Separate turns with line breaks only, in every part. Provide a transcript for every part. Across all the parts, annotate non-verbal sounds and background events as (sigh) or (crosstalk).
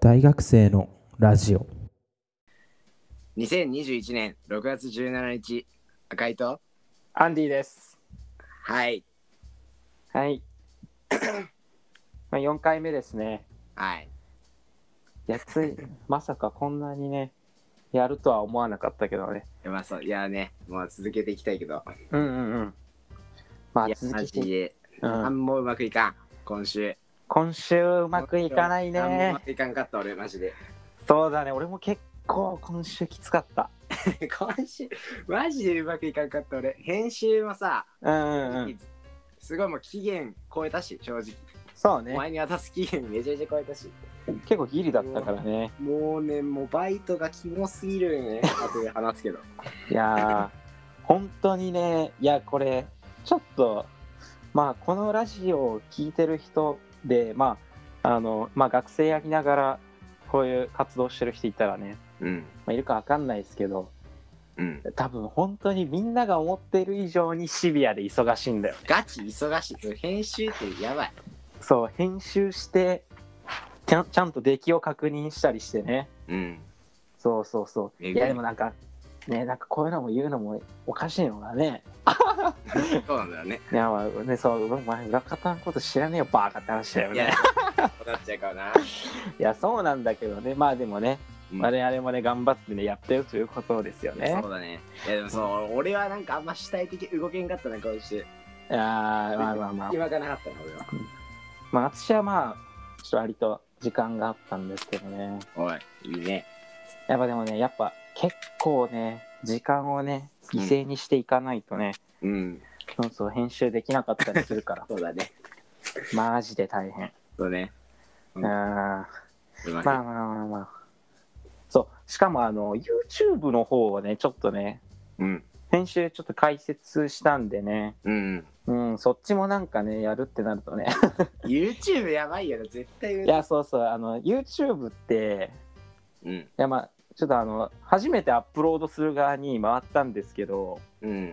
大学生のラジオ
2021年6月17日赤いと
アンディです。
はい
(coughs) はい。まあ4回目ですね。
はい
やつ (laughs) い、まさかこんなにね、やるとは思わなかったけどね。
まあそういやねもう続けていきたいけど
うんうんうん。まあ
いや
続
マ
き
ジ
て、
で、
う
あ
ん、
んもうまくいかん今週
今週うまくいかない
あんもうま
ね。
くいかんかった俺マジで (laughs)
そうだね、俺も結構今週きつかった。
今週マジでうまくいかんかった俺編集もさ、
うんうんうん。
すごいもう期限超えたし正直
そう
お
ね。
前に渡す期限 (laughs) めちゃめちゃ超えたし
結構ギリだったからね。
もうねもうバイトがキモすぎるよね後で話すけど
いやー、本当にね、いや、これ、ちょっと、まあ、このラジオを聞いてる人で、まあ、あの、まあ、学生やりながら、こういう活動してる人いたらね、
うん
まあ、いるかわかんないですけど、
うん
多分本当にみんなが思ってる以上にシビアで忙しいんだよ。
ガチ忙しい編集ってやばい
そう、編集して、ちゃんちゃんと出来を確認したりしてね。
うん
そうそうそう。
えぐい
いや、でもなんか、ね、なんかこういうのも言うのもおかしいのがね、
そうなんだよね
いや、まあ、ね、そう、お前、裏方のこと知らねえよ、バーカって話だよ
いや
ね。、
そうなっちゃうからな。
いや、そうなんだけどね、まあでもね、
うん
我々もね、頑張ってね、やってるということですよね
そ。うだね。いや、でもそう、俺はなんかあんま主体的に動けんかったな、今週。
いやーまあまあまあ、
今がなかったな、俺は。
まあ、私はまあ、ちょっと割と時間があったんですけどね。
おい、いいね。
やっぱでもね、やっぱ結構ね、時間をね、犠牲にしていかないとね、
うん、
そうそう、編集できなかったりす
(laughs)
るから、
そうだね。
マジで大変。
そうね。
う、
うんん
まあ
うまく。
まあまあまあまあ。そう、しかもあの、YouTube の方をね、ちょっとね、
うん、
先週ちょっと解説したんでね、
うん。
うん、そっちもなんかね、やるってなるとね。 (laughs)
YouTube やばいよな、絶対売
い
れ。
や、そうそう、あの、YouTube って、
うん、
いや、まあ、ちょっとあの、初めてアップロードする側に回ったんですけど、
うん。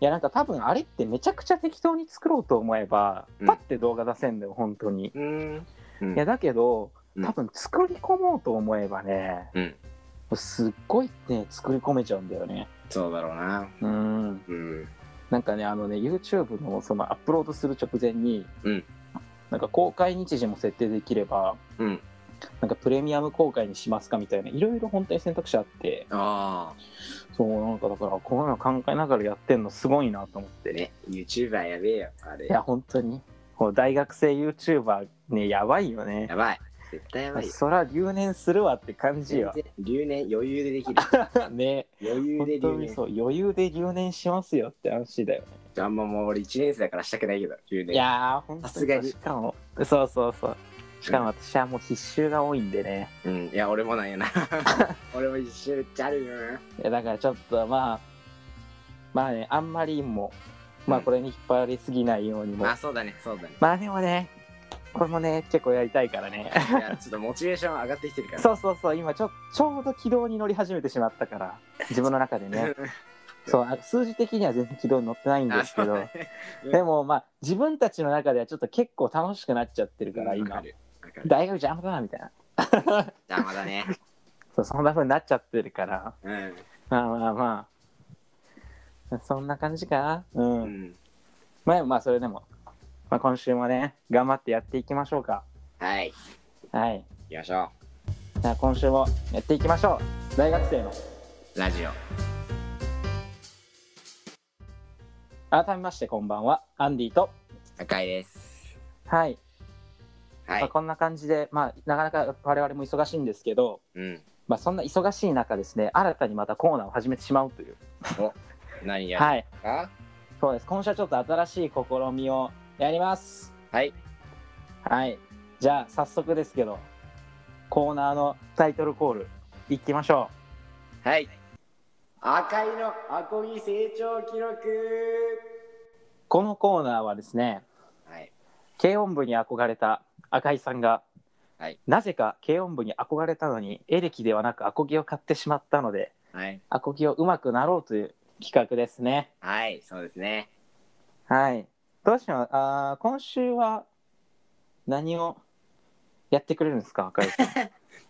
いや、なんか多分あれってめちゃくちゃ適当に作ろうと思えば
う、ん
パッて動画出せんだよ、本当に。
うん。
いや、だけど、
うん
多分作り込もうと思えばね、
うん
すっごいね、作り込めちゃうんだよね。
そうだろうな。
うん。
うん。
なんかね、あのね、YouTube のそのアップロードする直前に、
うん
なんか公開日時も設定できれば、
うん。
なんかプレミアム公開にしますかみたいな、いろいろ本当に選択肢あって、
あ
そう、なんかだから、こういうの考えながらやってんのすごいなと思っ
あ。
て。
ね、YouTuber やべえよ、あれ。
いや、本当に。こう大学生 YouTuber ね、やばいよね
や。ばい。絶対やばいよ。
そら留年するわって感じよ。
全然留年余裕でできる。
ね、
余裕
本
で
当
留
に
年。
そう、余裕で留年しますよって話だよね。
あんまもう俺1年生だからしたくないけど、留年。
いやー、本当
さすがに
しかも、そうそうそう。しかも私はもう必修が多いんでね。
うん、いや、俺もなんやな。 (laughs) 俺も一周っちゃあるよな。
いやだからちょっとまあまあねあんまりもまあ
うん
これに引っ張られすぎないようにも、
まあ、そうだね、そうだ
(laughs)
ね。
まあでもねこれもね結構やりたいからね
いや、ちょっとモチベーション上がってきてるから。
そうそうそう今ちょちょうど軌道に乗り始めてしまったから自分の中でねそうあ数字的には全然軌道に乗ってない
(laughs)
ん
あ
です
そ
け
うだ
ど、
ね。うん
でもまあ自分たちの中ではちょっと結構楽しくなっちゃってるから
わか
今
る。わかる。
大学邪魔だなみたいな
邪魔だね。
そうそんな風になっちゃってるから
うん。
まあまあまあそんな感じかなう
うんん。
まあ、まあ、それでも、まあ、今週もね、頑張ってやっていきましょうか。
はい。
はい。
行きましょ
じゃあ、今週もやっていきましょう。大学生の。
う。ラジオ。
改めまして、こんばんは。アンディと。
赤いです。
はい。
は
まあ、
い。
こんな感じで、まあ、なかなか我々も忙しいんですけど、
うん。
まあ、そんな忙しい中ですね、新たにまたコーナーを始めてしまうという。
何やる
はい。
か
そうです。今週はちょっと新しい試みをやります。
はい。
はい。じゃあ、早速ですけど、コーナーのタイトルコール、いきましょう。
はい。赤いのアコギ成長記録
このコーナーはですね、
はい。
軽音部に憧れた赤井さんが、
はい
なぜか軽音部に憧れたのにエレキではなくアコギを買ってしまったので
はい。
アコギを上手くなろうという企画ですね
はい。そうですね。
はいどうしよう
(laughs)
あー今週は何をやってくれるんですか赤井さん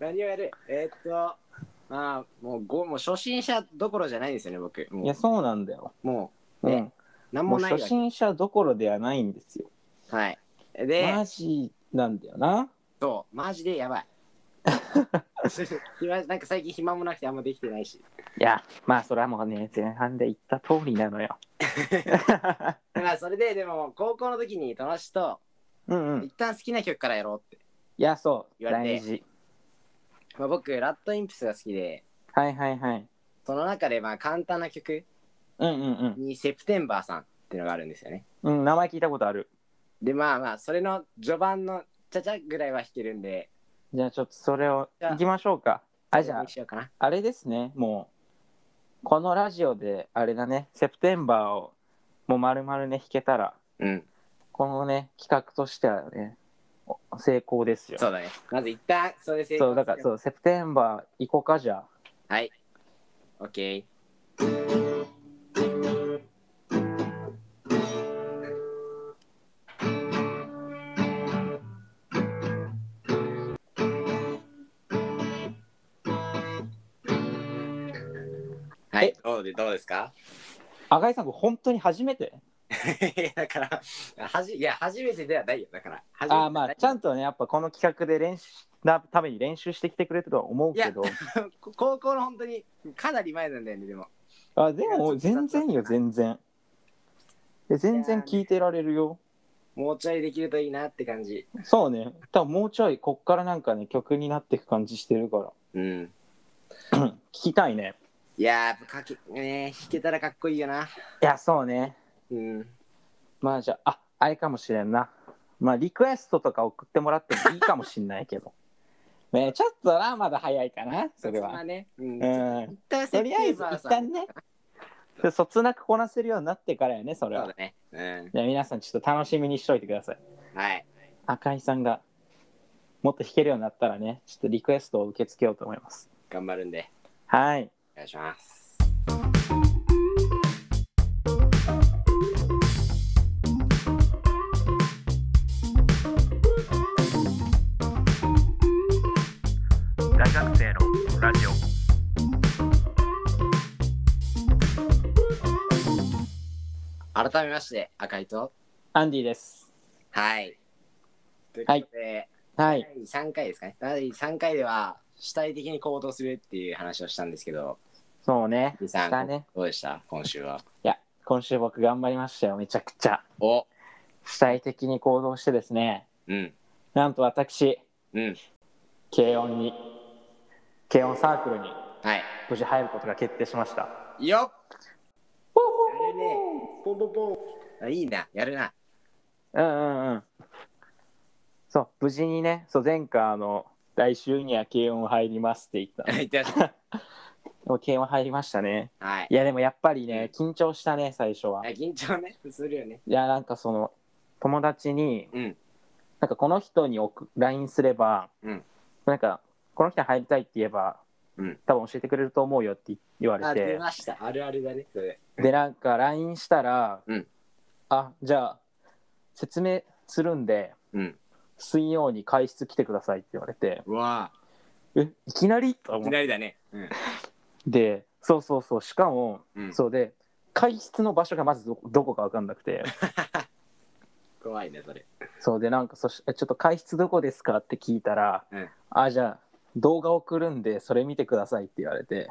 何をやるえーっと、まあ、もうごもう初心者どころじゃないんですよね、僕。
い
も
や、そうなんだよ。
う、もう
う
ね
ん。
なん
も
も
う
ないわ
初
け。
心者どころではないんですよ。
はい。で、
マジなんだよな。
そう、マジでやば
(laughs)
い。暇なんか最近暇もなくてあんまできてないし。
いや、まあ、それはもうね、前半で言った通りなのよ。
だからそれで、でも、高校の時に友達と、
(laughs) うんうん。い
一旦好きな曲からやろうって。
や、そう、
言われて
大事。
まあ、僕、ラッドインプスが好きで、
はいはいはい。
その中でまあ簡単な曲
うんうんうん。
に「セプテンバーさん」っていうのがあるんですよね。
うん、名前聞いたことある。
でまあまあそれの序盤のちゃちゃぐらいは弾けるんで
じゃあ、ちょっとそれを
じゃあ
行きましょうか。あ、じゃ
これ
あ
に、しようかな。
あれですね、もう、このラジオで、あれだね、セプテンバーを、もう丸々ね、弾けたら、
うん
このね、企画としてはね、お成功ですよ。
そうだね。まず一旦それ成功。
そう、だから、そうう、セプテンバー行こうか、じゃあ。
はい。OK。はい、どうでどうですか (laughs)
赤井さん、これ本当に初めて
いやだからはじいや初めてではないよだから初めて
あーまあ、ちゃん
と
とね、やっぱこの企画で練習なために練習してきてくれてるとは思うけど、
高校の本当にかなり前なんだよねでも
あで
い
も
やちょっと
全然よ、全然。え全然聞いてられるよ。
もうちょいできるといいなって感じ
そうね、多分もうちょい、こっからなんかね、曲になっていく感じしてるから、
うん
(clears throat) 聞きたいね。
いやーやっぱかけね弾けたらかっこいいよない
や、そうね。
うん
まあじゃあ、あ、あれかもしれんな。まあ、リクエストとか送ってもらってもいいかもしんないけど。ね、ちょっとな、まだ早いかな、それは。
ねう
うんん。
一旦
(laughs) と
セプ
り
テ
あえ
ン
ず
バー
一
さん
旦ね、そつなくこなせるようになってからやね、それ
そう
は
だ。ねうん
じゃあ皆さんちょっと楽しみにしといてください。
はい
赤井さんがもっと弾けるようになったらね、ちょっとリクエストを受け付けようと思います。
頑張るんで
はい。
お願いします
大学生のラジオ。
改めまして赤いと
アンディです。
はいということで、
はい。
第3回ですかね第3回では主体的に行動するっていう話をしたんですけど
そうね。
李さ
だ
ん、
ね
どうでした今週はい
や、今週僕頑張りましたよ、めちゃくちゃ。
お
主体的に行動してですね、
うん
なんと私、
うん
軽音に、軽音サークルに
はい
無事入ることが決定しました。
よっやるねポンポンポンあいいなやるな (laughs)
うんうんうん。そう、無事にね、そう前回あの、来週には軽音入りますって言った。
言ってました
もう軽音入りましたね。
はい
いや、でもやっぱりね、緊張したね、最初は。
あ緊張ねするよね
いや、なんかその、友達に、
うん
なんかこの人に送 LINE すれば、
うん
なんか、この人に入りたいって言えば、
うん
多分教えてくれると思うよって言われ
あ出
て、
ましたあるあるだねそれ
で、なんか LINE したら、
うん
あ、じゃあ、説明するんで、
うん
水曜に会室来てくださいって言われて、
うわ
え、いきなりと
い
思
き
っ
なりだねうん
て、そうそうそう、しかも、
うん
そうで、会室の場所がまずどどこか分かんなくて、
怖いねそれ
そうでなんかそしえちょっと会室どこですかって聞いたら、
うん
あじゃあ動画送るんでそれ見てくださいって言われて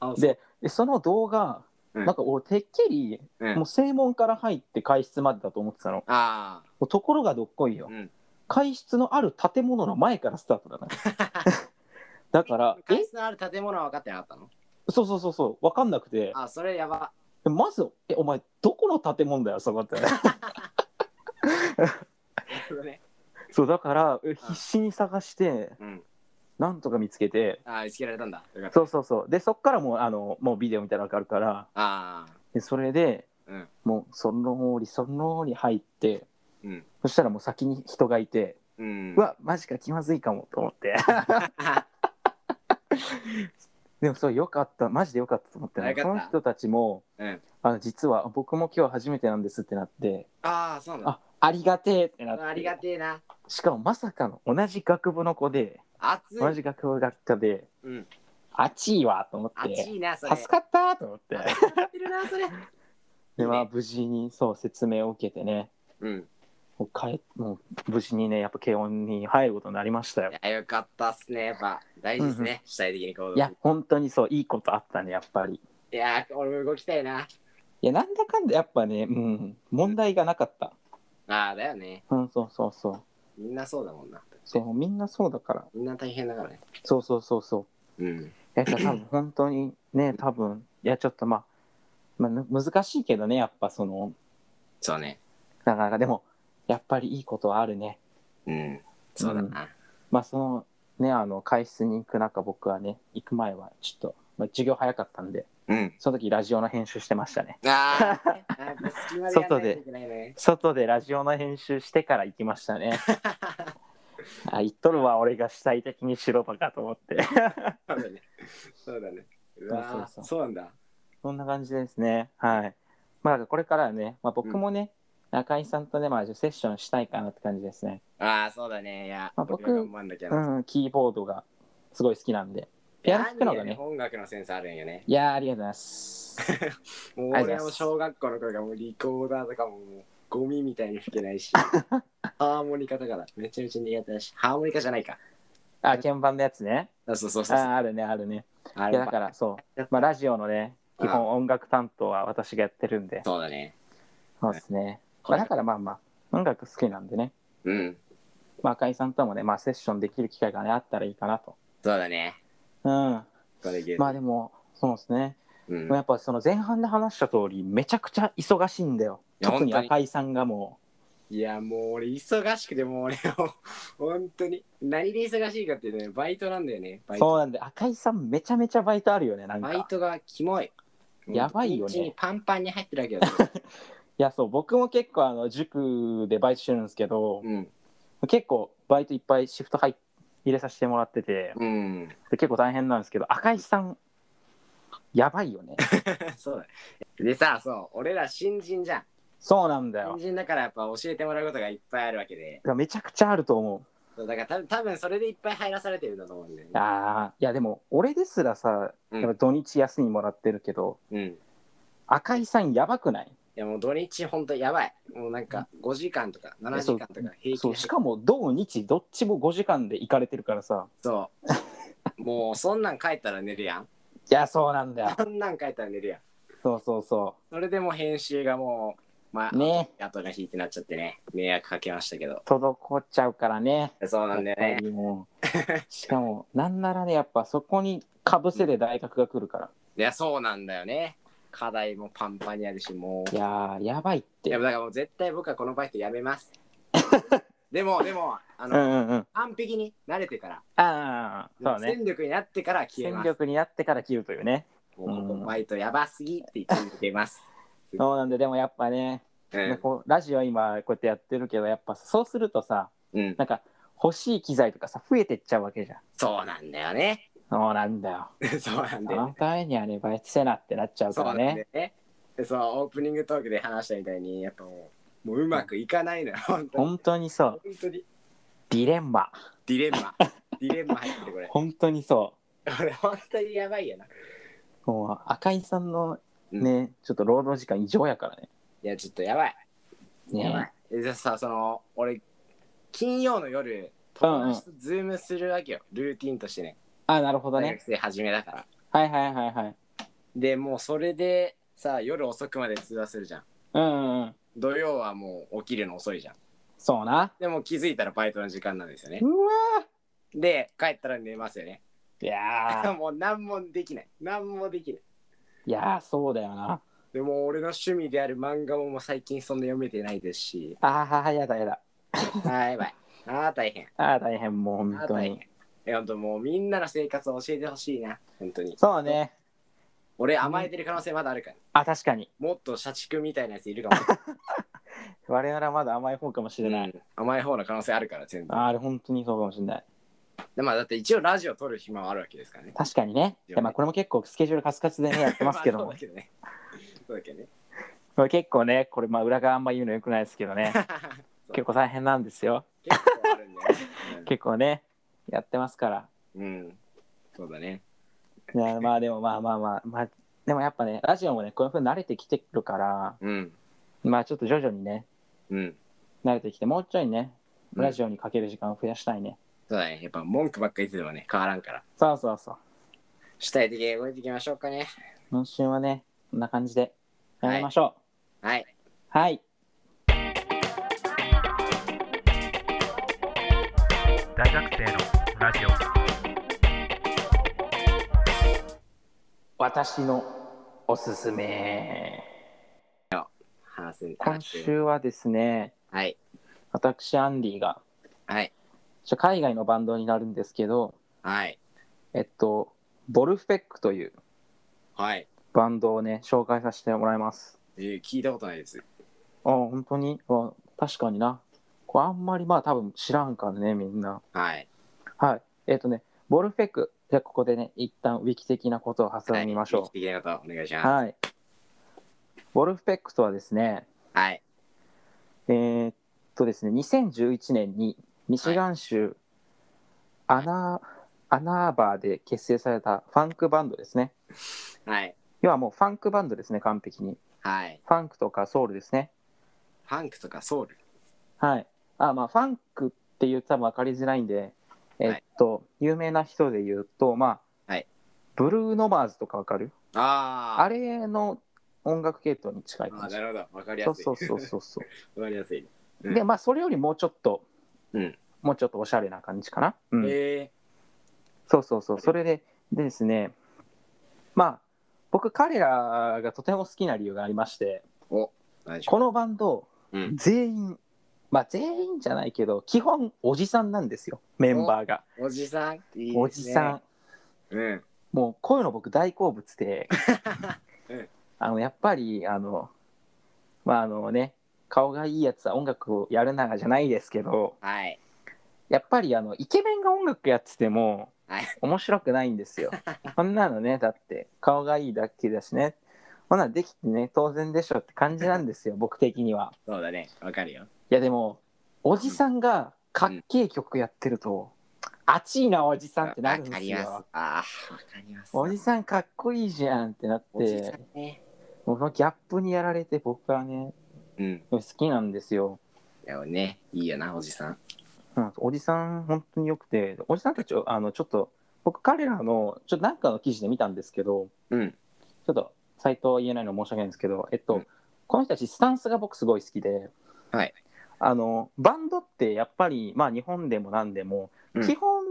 あそう
ででその動画、
うん
なんか俺てっきり、
うん
もう正門から入って会室までだと思ってたの
あ
もうところがどっこいよ、
うん
会室のある建物の前からスタートだ
(laughs)
なだか
あ
らえ
会室のある建物は分かってなかったの
そうそうそうそう分かんなくて
あそれやば
まずえお前どこの建物だよ
(laughs)
そこって
なるほどね
そうだからえ必死に探して
うん
なんとか見つけて
あ見つけられたんだよかった
そうそうそうでそっからもうあのもうビデオ見たらわかるから
ああ
でそれで、
うん
もうその折その折入って
うん
そしたらもう先に人がいて、
うん
うわマジか気まずいかもと思って (laughs) でもそうよかったマジでよかったと思って、
よかった
この人たちも
うん
あの実は僕も今日初めてなんですってなって
(laughs) ああそうなんだ
あありがてえってなって
ありがてえな
しかもまさかの同じ学部の子で
暑い。
同じ学部学科で
うん。
暑いわと思っ
暑
て
いな、それ。
助かったと思って
ってるな、それ。
でまあ無事にそう説明を受けてね
うん。
もう帰もう無事にねやっぱ軽音に入ることになりましたよ
いや、よかったっすね。やっぱ、大事です
う
ね。主体的に行動する
いや、本当にそういいことあったねやっぱり
いやー、俺も動きたいな。
いやなんだかんだやっぱねうん問題がなかった
ああ、だよね。
うんそうそうそう
みんなそうだもんな。
そうみんなそうだから
みんな大変だからね。
そうそうそうそう
うん。
いや多 (coughs) 分本当にね多分いやちょっとまあ、まあ、む難しいけどねやっぱその
そうね。
なかなかでもやっぱりいいことはあるね
うん。そうだな。
まあそのねあの会室に行く中僕はね行く前はちょっと、まあ、授業早かったんで
うん。
その時ラジオの編集してました (laughs) ね
ああ、やっぱ隙間でやんないといけないね。
外でラジオの編集してから行きました (laughs) ねあ言っとるわ俺が主体的にしろとかと思って (laughs)
そうだね。そうだね。うわー
そうそうそう
そうなんだ。
そんな感じですねはいまあこれからはね、まあ、僕もね、中井さんとね、まあ、セッションしたいかなって感じですね
ああ、そうだね。いや、
まあ僕
俺が頑張んなきゃな。
うん、キーボードがすごい好きなんで。ピアノ弾くのが
なんで
ね。
音楽のセンスあるんよね。
いやーありがとうございます。
もう
あ
俺
りがとうござい
も
ます
小学校の頃からもうリコーダーとかももうゴミみたいに吹けない
(laughs)
し、ハーモニカとかだ。めちゃめちゃ苦手だし、ハーモニカじゃないか。
あ、鍵盤のやつ (laughs) ね。
あそうそう
あ
そうそう。
ーあるね、あるね。
あ
い
れ
やだからそう
やっ。
まあラジオのね、
うん
基本音楽担当は私がやってるんで。
そうだね。
そうですね。
こ
まあ、
れ
だからまあまあ、音楽好きなんでね。
うん。
まあ、赤井さんともね、まあ、セッションできる機会がね、あったらいいかなと。
そうだね。
うん。
これできる
まあでも、そうですね。
うん
まあやっぱその前半で話した通り、めちゃくちゃ忙しいんだよ。
いや
特に
本当に
赤井さんがも
いや、もう俺忙しくて、もう俺も、 (laughs) 本当に。何で忙しいかっていうとね、バイトなんだよね。バ
う。
イ
そう
ト。
なんで、赤井さんめちゃめちゃバイトあるよね、なんか。
バイトがキモい。
やばいよね
一日にパンパンに入ってるわけ
(laughs)
だよ。
いやそう僕も結構あの塾でバイトしてるんですけど、
うん。
結構バイトいっぱいシフト入っ入れさせてもらってて
うん。
で結構大変なんですけど赤井さんやばいよね
そうだ。でさ、そう、俺ら新人じゃん。
そうなんだよ
新人だからやっぱ教えてもらうことがいっぱいあるわけで。
めちゃくちゃあると思う
そうだから多分多分それでいっぱい入らされてるんだと思うんだよね。
あーいやでも俺ですらさ
うん
やっぱ土日休みもらってるけど、
うん。い
赤井さんやばくない
やもう土日ほんとやばい。もうなんか5時間とか7時間とか平気
そうしかも土日どっちも5時間で行かれてるからさ
そう。もうそんなん帰ったら寝るやん。
(laughs) いやそうなんだよ
そんなん帰ったら寝るやん。
そうそうそ
それでもう編集がもう、まあ、
うね
後が引いてなっちゃってね、迷惑かけましたけど。
滞っちゃうからね
そうなんだよ
や
ね
っぱ。りもうしかもなんならねやっぱそこにかぶせで大学が来るから
いや、そうなんだよね。課題もパンパンにあるし、もう。
いやーやばいって
いや
う
だからもう絶対僕はこのバイトやめ
(laughs)
ます。でも、でも、あ
んう
の、
んうん
完璧に慣れてから、
ああそうね
戦力になってから消え
戦
ます。
力になってから切るというね
もうこ
うん
こバイトやばすぎって言ってい
(laughs)
ます。
そうなんででもやっぱね、
うん。
こうラジオ今こうやってやってるけどやっぱそうするとさ
うん、
なんか欲しい機材とかさ増えてっちゃうわけじゃん
そうなんだよね。 (laughs)
そうなんだよ
そうなん
あ
だよ
の
ね。
ためにはねバイトせなってなっちゃう
そ
か
うな
ら
んだよ
ね
ね。でそう、オープニングトークで話したみたいに、やっぱもう、もううまくいかないのよ、本当に。
本当にそう
本当に。
ディレンマ
ディレンマ。ディレンマ入ってるこれ。 (laughs)
本当にそ
俺、本当にやばいやな。いう
もう赤井さんの
うん
ね、ちょっと労働時間異常やからね
や、ちょっとやばい。
ね
やばい。えじゃあさ、その、俺、金曜の夜、友達とズームするわけよ。ルーティンとしてね。
あなるほど
大
ね
学。生初めだから。
はいはいはいはい。
で、もうそれで、さ、夜遅くまで通話するじゃん。
うんうんうん。
土曜はもう起きるの遅いじゃん。
そうな。
でも気づいたらバイトの時間なんですよね
う。わ
で、帰ったら寝ますよね。
ーいや
(laughs)
ー
もう何もできない。何もできない。
いやーそうだよな。
でも俺の趣味である漫画ももう最近そんな読めてないですし。
ああやだやだ。
あーやばい。あー大変。
ああ大変もう
あ
本
ー
当
大
に
変。。え、ほんともうみんなの生活を教えてほしいな。本当に。
そうね。
俺甘えてる可能性まだあるから。
あ確かに。
もっと社畜みたいなやついるかもしれ
我々はまだ甘い方かもしれ
な。
ないい。
うん甘い方の可能性あるから、全然。
あーあれ本当にそうかもしれない。
でまあだって一応ラジオ撮る暇はあるわけですからね。
確かにね。いやまあこれも結構スケジュールカツカツでねやってますけ
(laughs)
ど
ま
も
あ。そうだけどね。そうだけどね。。
これ結構ねこれまあ裏側あんま言うのよ (laughs) くないですけどね
そう
結構大変なんですよ。 (laughs)
結構あるんだよね。うん
結構ね。やってますから。
うん。そうだね。
い (laughs) やまあでもまあまあまあ、まあ、でもやっぱねラジオもねこういうふうに慣れてきてるから
うん。
まあちょっと徐々にね
うん。
慣れてきてもうちょいね
うん
ラジオにかける時間を増やしたいね、
そうだね。やっぱ文句ばっかり言っててもね、変わらんから。
そうそうそう
主体的に動いていきましょうかね。
今週はねこんな感じでやりましょ
はい。
うはい、
大学生のラジオ
私のおすすめ
話す。
今
話す
週はですね
はい。
私アンディが
はい。
ちょ海外のバンドになるんですけど
はい。
えっとボルフェックという
はい。
バンドをね紹介させてもらいます
えー聞いたことないです。
あ本当にあ確かになこれあんまりまあ多分知らんからねみんな
はい。
はいえっ、とねボルフェックじゃあここでね一旦ウィキ的なことを挟みまし
はい
ょ
的なことお願いし
う
ます。
はい、ボルフェックとはですね
はい。
えーっとですね2011年にミシガン州アナ,、アナーバーで結成されたファンクバンドですね
はい。
要はもうファンクバンドですね完璧に
はい。
ファンクとかソウルですね
ファンクとかソウル。
はい。あ、まあ、ファンクって言うと多分分かりづらいんで、えっと、有名な人で言うと、まあ、
はい
ブルーノマーズとか分かる
ああ。
あれの音楽系統に近い
あ
感
ー
じ
な。るほど。わかり
そ
や
う
すい。
そうそうそうそ
わかりやすい。 (laughs) う
う。
ん
で、まあ、それよりもうちょっと、
うん
もうちょっとおしゃれな感じかな。うん
え
そうそうそう。それで、でですね、まあ、僕、彼らがとても好きな理由がありまして、
ー、お、何でしょ
このバンド、
う。うん。
全員、まあ、全員じゃないけど、基本、おじさんなんですよ、メンバーが。
おじさん。いいですね
おじさん。
うん。
もうこういうの僕大好物
(laughs)
で
うん
あのやっぱりあのまああのね顔がいいやつは音楽をやるならじゃないですけど
はい。
やっぱりあのイケメンが音楽やってても
はい
面白くないんですよこんなのねだって顔がいいだけだしねこんなのできてね当然でしょって感じなんですよ僕的には
そうだね。わかるよ。
いやでもおじさんがかっけえ曲やってると、あちいなおじさんってなるん
わか
です
ります。
よ
ああ、わかります。
おじさんかっこいいじゃんってなって
おじさんね。
このギャップにやられて僕はね
うん。
好きなんですよ、
でもね、いいよな、おじさん。
うん、おじさん本当によくておじさんたちをあのちょっと僕彼らのちょっとなんかの記事で見たんですけど
うん。
ちょっとサイトは言えないの申し訳ないんですけどえっと、
うん
この人たちスタンスが僕すごい好きで
はい
あのバンドってやっぱりまあ日本でも何でも、
うん
基本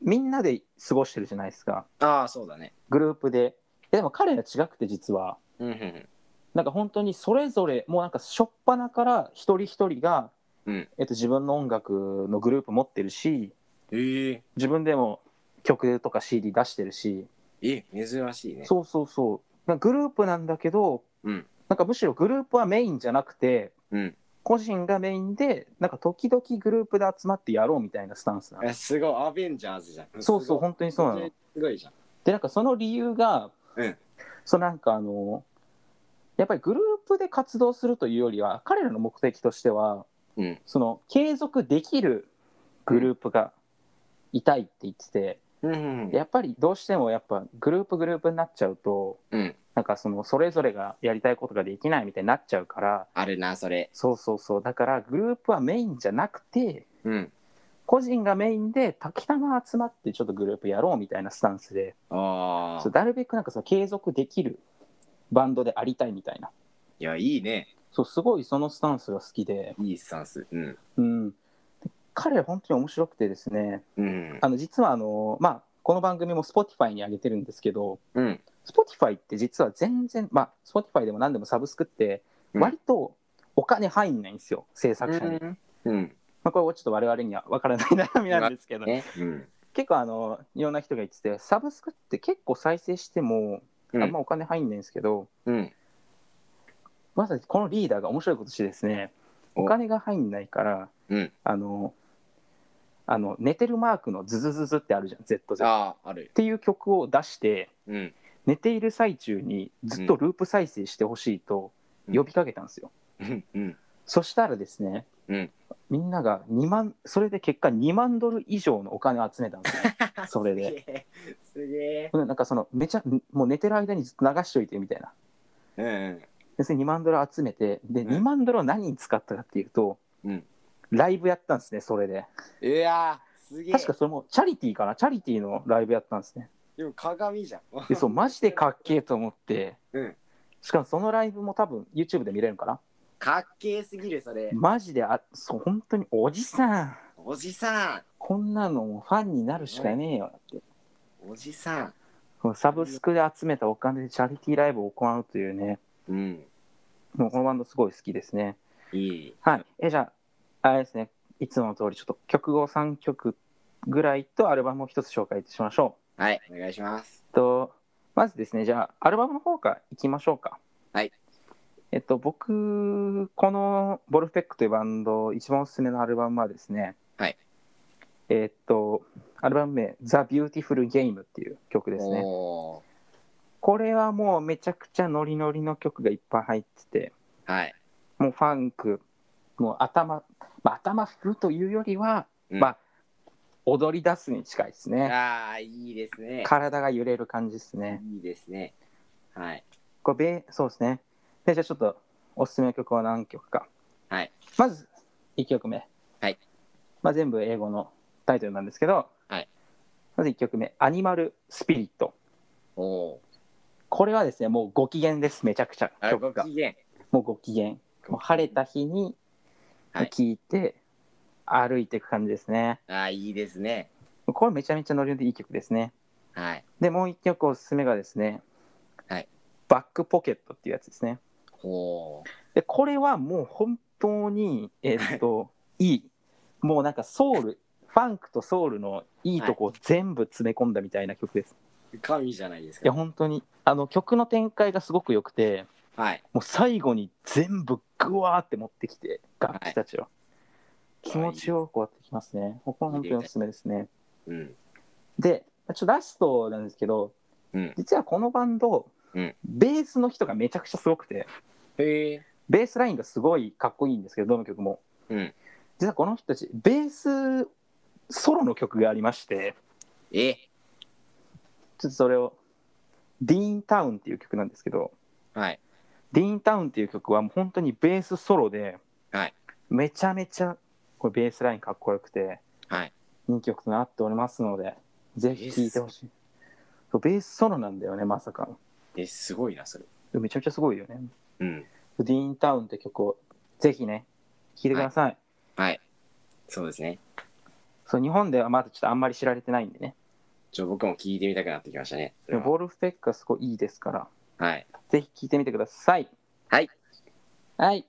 みんなで過ごしてるじゃないですか
ああ、そうだね。
グループででも彼ら違くて実は
うんうん
なんか本当にそれぞれもうなんか初っ端から一人一人が、
うん
えっと、自分の音楽のグループ持ってるし
うん。ええ
自分でも曲とか CD 出してるし、
え、珍しいね。
そうそうそうなんかグループなんだけど、
うん
なんかむしろグループはメインじゃなくて
うん。
個人がメインでなんか時々グループで集まってやろうみたいなスタンスなの
えすごい、アベンジャーズじゃん。
そうそう
ほん
本当にそうなの。
すごいじゃん。
でなんかその理由が、
うん
そのなんかあのやっぱりグループで活動するというよりは彼らの目的としては、
うん
その継続できるグループがいたいって言ってて、
うん
やっぱりどうしてもやっぱグループグループになっちゃうと
うん。
なんかそのそれぞれがやりたいことができないみたいになっちゃうから
あるな、それ。
そうそうそうだからグループはメインじゃなくて
うん。
個人がメインでたきたま集まってちょっとグループやろうみたいなスタンスで
あ
そ
あ
う。なるべくなんかその継続できるバンドでありたいみたいない
や、いいね。
そうすごいそのスタンスが好きで,、
いいスタンス。うん。
うん、で彼ら本当に面白くてですね
うん。
あの実はあの、まあ、この番組も Spotify に上げてるんですけど
うん。
Spotify って実は全然、まあ、Spotify でも何でもサブスクって
うん
割とお金入んないんですよ、制作者に、ま
うん。
あ、これはちょっと我々には分からない悩みなんですけど、
ね。うん。
結構あのいろんな人が言っててサブスクって結構再生してもあんまお金入んないんですけど、
うん。
まさにこのリーダーが面白いことしてですね
お
お金が入んないから
うん。
あのあの寝てるマークのズズズズってあるじゃん ZZ っ
ああ、ある。
ていう曲を出して
うん。
寝ている最中にずっとループ再生してほしいと呼びかけたんですよ、
うん。うん。
そしたらですね
うん
みんなが2万それで結果2万ドル以上のお金を集めた
(laughs)
んですよそれです
げえ。
なんかそのめちゃもう寝てる間にずっと流しといてみたいな
すげえ
でそれ2万ドル集めてで、
うん
2万ドルを何に使ったかっていうと、
うん
ライブやったんですねそれで
うん。いやー、すげえ。
確かそれもチャリティーかなチャリティーのライブやったんですね
でも鏡
(laughs)
じゃん。
でそうマジでかっけえと思って、
うん
しかもそのライブも多分 YouTube で見れるのかな
かっけえすぎる、それ。
マジであそう本当におじさん
おじさ
こんなのもうファンになるしかねえよって
ん。おじさん。
このサブスクで集めたお金でチャリティーライブを行うというね
うん。
もうこのバンドすごい好きですね
いい。
はいえじゃああれですねいつもの通りちょっと曲を3曲ぐらいとアルバムを1つ紹介しましょ
はい、お願いします。
うとまずですねじゃあアルバムの方からいきましょうか
はい
えっと僕このボルフェックというバンド一番おすすめのアルバムはですね
はい
えっとアルバム名「TheBeautifulGame」っていう曲ですね
お
これはもうめちゃくちゃノリノリの曲がいっぱい入ってて
ーはい。
もうファンクもう頭、まあ、頭振るというよりは、
うん
まあ踊り出すに近いですね
ああ、いいですね。
体が揺れる感じですね
いいですね。はい。
これべそうですねでじゃあちょっとおすすめの曲は何曲か
はい。
まず1曲目
はい、
まあ、全部英語のタイトルなんですけど、
はい
まず1曲目「アニマルスピリット
おお」
これはですねもうご機嫌ですめちゃくちゃ
ー。あ、
曲
ご
が
機嫌。
もうご機嫌もう晴れた日に
はい
聞いて歩いていく感じですね、
ああ、いいですね。
これめちゃめちゃノリのいい曲ですね
はい。
でもう一曲おすすめがですね、
はい
バックポケットっていうやつですね
おー。
でこれはもう本当にえーっと、い、いもうなんかソウルファンクとソウルのいいとこを全部詰め込んだみたいな曲です、
神じゃないです
い、や
か。
本当にあの曲の展開がすごく良くて
はい。
もう最後に全部グワーって持ってきて楽器たちを、気持ちよく終わってきますねこれ本当におすすめですね
うん。
でちょっとラストなんですけど、
うん
実はこのバンド、
うん
ベースの人がめちゃくちゃすごくて
へえ。
ベースラインがすごいかっこいいんですけどどの曲も
うん。
実はこの人たちベースソロの曲がありまして
え。
ちょっとそれを「ディーンタウン」っていう曲なんですけど
はい。
ディーンタウンっていう曲はもう本当にベースソロで、
はい
めちゃめちゃこれベースラインかっこよくて
はい。
人気曲となっておりますのでぜひ聴いてほしいそうベースソロなんだよねまさか
え、すごいな、それ。
めちゃめちゃすごいよね
うん。
「ディーンタウン」って曲をぜひね聴いてください、
はい。そうですね。
そう日本ではまだちょっとあんまり知られてないんでね
ちょ、僕も聞いてみたくなってきましたね。そ
で
れ
も
は
ボールフペックはすごいいいですから
はい。
ぜひ聴いてみてください
はい。
はい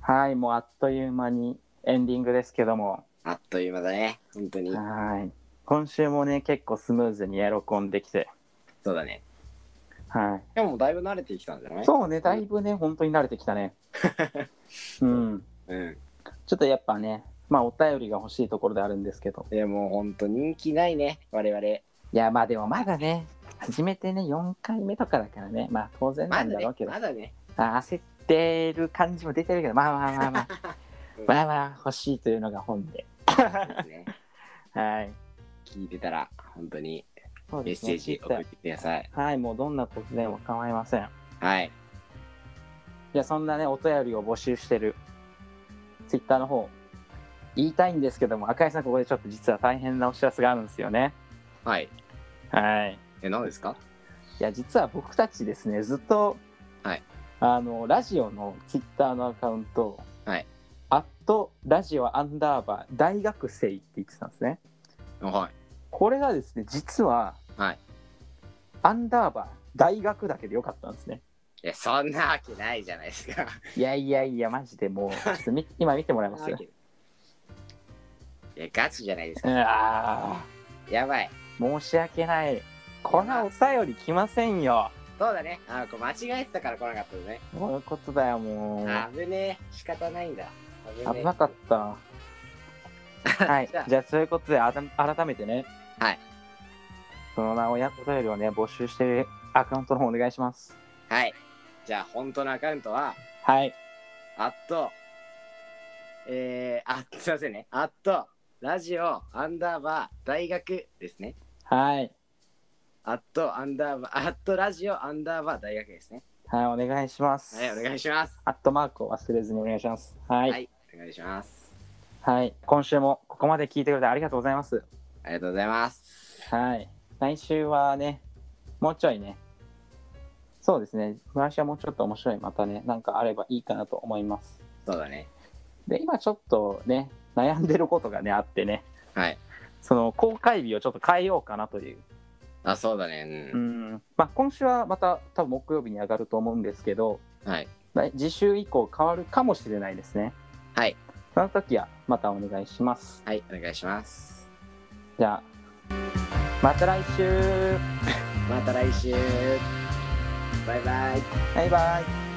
はいもうあっという間にエンディングですけども
あっという間だね。本当に。
はい今週もね結構スムーズにエロコンできて
そうだね。
は
でも、だいぶ慣れてきたんじゃない
いそうねだいぶね本当に慣れてきた (laughs) ねうん
うん。
ちょっとやっぱねまあお便りが欲しいところであるんですけど
いや、もう本当人気ないね。我々。
いやまあでもまだね初めてね4回目とかだからねまあ当然な
ま
ん
だ
だろう
ね。
けど、
まだね。
あ焦ってる感じも出てるけどまあまあまあま (laughs) あ
うん
まあまあ欲しいというのが本で
そうです (laughs) ね。
はい
聞いてたら、本当に
そう
メッ
ですね
セージ送ってください。
はいもうどんな時でも構いません
はい。
じゃあそんなねお便りを募集してるツイッターの方言いたいんですけども赤井さんここでちょっと実は大変なお知らせがあるんですよね
はい。
はい
え、何ですか
いや実は僕たちですねずっと、
はい
あのラジオのツイッターのアカウント
はい
アットラジオアンダーバー大学生って言ってたんですね
は
これがですね実は、
はい
アンダーバー大学だけでよかったんですね
い。いや、そんなわけないじゃないですか。
いやいやいやマジで (laughs) もうちょっとみ今見てもらいますよ
いや、ガチじゃないです
う
か。
わ
やばい。
ー申し訳ないこのお便り来ませんよ
そうだね。あ、これ間違えてたから来なかったのね。
こういうことだよもう
危ねえ。仕方ないんだ。危ねえ
危なか
(laughs)
った。はい、
じゃあ
じゃあそういうことであら改めてね、
はい、
その名をやお便りをね募集してるアカウントの方お願いします。
はい。じゃあ、本当のアカウントは、
はい、
アット、えー、あ、すいませんね。あと、ラジオ、アンダーバー、大学ですね。
はい。
あと、アンダーバー、あと、ラジオ、アンダーバー、大学ですね。
はい、お願いします。
はい、お願いします。
アットマークを忘れずにお願いします。は。
はいい、
はい。
お願いします。
今週もここまで聞いてくれてありがとうございます。
ありがとうございます。
はい。来週はね、もうちょいね、そうですね、来週はもうちょっと面白い、またね、なんかあればいいかなと思います。
そうだね。
で、今ちょっとね、悩んでることがね、あってね、
はい。
その公開日をちょっと変えようかなという。
あ、そうだね。
う
うん。
ん。まあ、今週はまた多分木曜日に上がると思うんですけど、
はい。
来次週以降変わるかもしれないですね。
はい。
その時はまたお願いします。
はい、お願いします。
じゃあ、また来週
また来週。バイバイ。
バイバイ